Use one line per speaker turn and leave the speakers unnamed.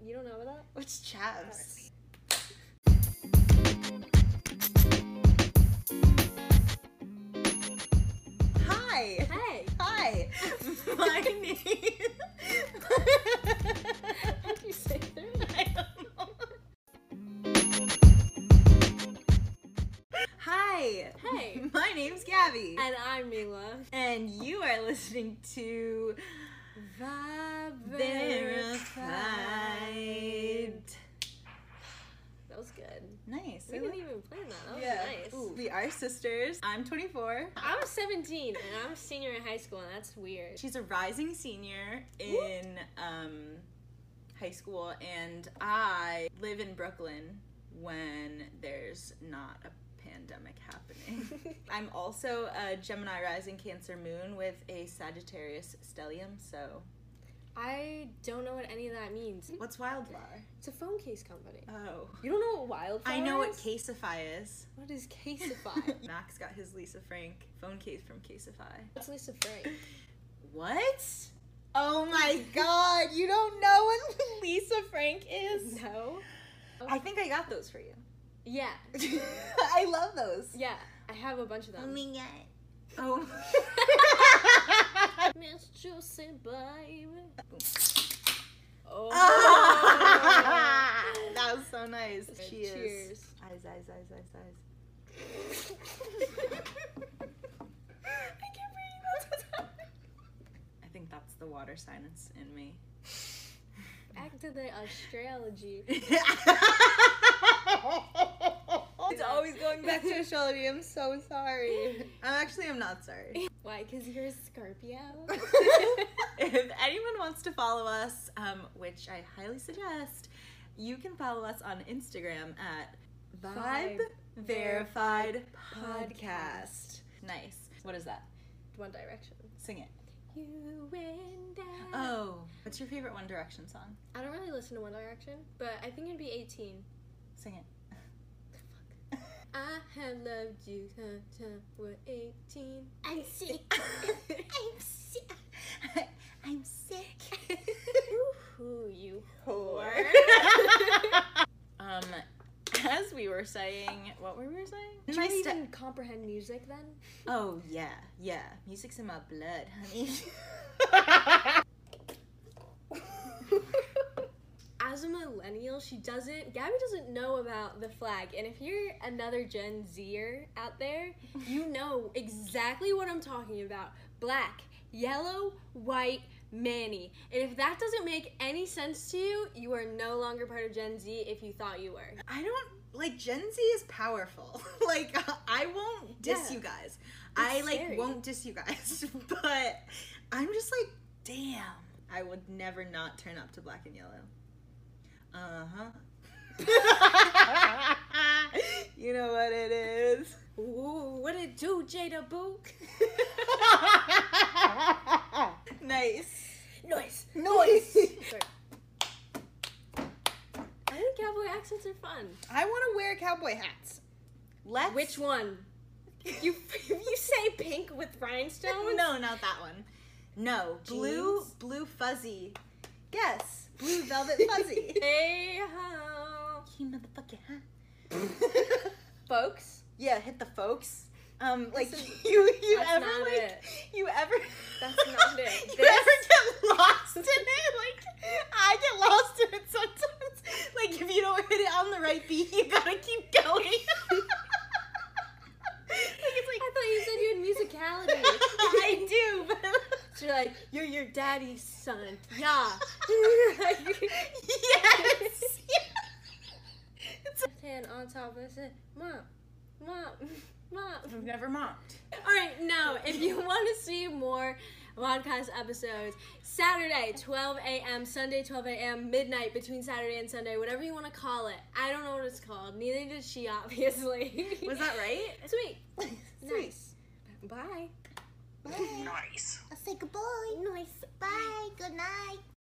You don't know about that?
What's Chavs? Hi.
Hey!
Hi. My name.
How do you say that?
I don't know. Hi.
Hey!
My name's Gabby.
And I'm Mila.
And you are listening to Verified.
That was good.
Nice.
We didn't even plan that. That was Oh, nice.
Ooh, we are sisters. I'm 24.
I'm 17 and I'm a senior in high school, and that's weird.
She's a rising senior in um, high school, and I live in Brooklyn when there's not a pandemic happening. I'm also a Gemini rising Cancer moon with a Sagittarius stellium, so
I don't know what any of that means.
what's wildflower?
It's a phone case company.
Oh.
You don't know what wildfire
I know what
is?
Caseify is.
What is Caseify?
Max got his Lisa Frank phone case from Caseify.
That's Lisa Frank.
What? Oh my god, you don't know what Lisa Frank is?
No?
I think I got those for you.
Yeah.
I love those.
Yeah. I have a bunch of them.
my god. Oh.
Miss Juicy Baby. Oh.
Ah, that was so nice. Cheers.
Cheers.
Eyes, eyes, eyes, eyes, eyes. I think that's the water silence in me.
Back to the astrology.
it's always going back to astrology. I'm so sorry. I'm actually I'm not sorry.
Why? Because you're a Scorpio?
if anyone wants to follow us, um, which I highly suggest, you can follow us on Instagram at Vibe
Vibe
Verified
Podcast.
Podcast. Nice. What is that?
One Direction.
Sing it.
You and I.
Oh, what's your favorite One Direction song?
I don't really listen to One Direction, but I think it'd be 18.
Sing it.
I have loved you until we're 18. I'm sick.
I'm sick. I'm sick.
Who you?
Whore. um, as we were saying, what were we saying?
Did
My
you
sta-
even comprehend music then?
oh yeah, yeah. Music's in my blood, honey.
As a millennial, she doesn't. Gabby doesn't know about the flag, and if you're another Gen Zer out there, you know exactly what I'm talking about. Black, yellow, white, Manny. And if that doesn't make any sense to you, you are no longer part of Gen Z if you thought you were.
I don't like Gen Z is powerful. like I won't diss
Yeah.
you guys. I like
scary.
won't diss you guys, but I'm just like, damn. I would never not turn up to black and yellow. Uh huh. Uh-huh. you know what it is.
Ooh, what it do, Jada Boo?
nice.
Noise.
Noise.
I think cowboy accents are fun.
I want to wear cowboy hats. Let's.
Which one? You you say pink with rhinestones?
No, not that one. No, blue,
Jeans?
blue fuzzy. Yes, blue velvet fuzzy.
Hey ho,
you motherfucker, huh?
folks.
yeah, hit the folks. Um, like
Listen,
you, you
that's
ever
not
like
it.
you ever.
That's not it.
you
This-
ever get lost in it? Like I get lost in it sometimes. Like if you don't hit it on the right beat, you gotta keep going. like it's like
I thought you said you had musicality.
I do, but
So you're like, you're your daddy's son. Yeah.
yes. It's-
Tan on top of it. Mom, mom, mom.
I've never mopped.
All right, now, if you want to see more podcast episodes, Saturday, 12 a.m., Sunday, 12 a.m., midnight, between Saturday and Sunday, whatever you want to call it. I don't know what it's called. Neither did she, obviously.
Was that right?
Sweet.
Sweet.
Nice. Bye.
Bye.
Nice.
I'll say goodbye.
Nice.
Bye. Good night.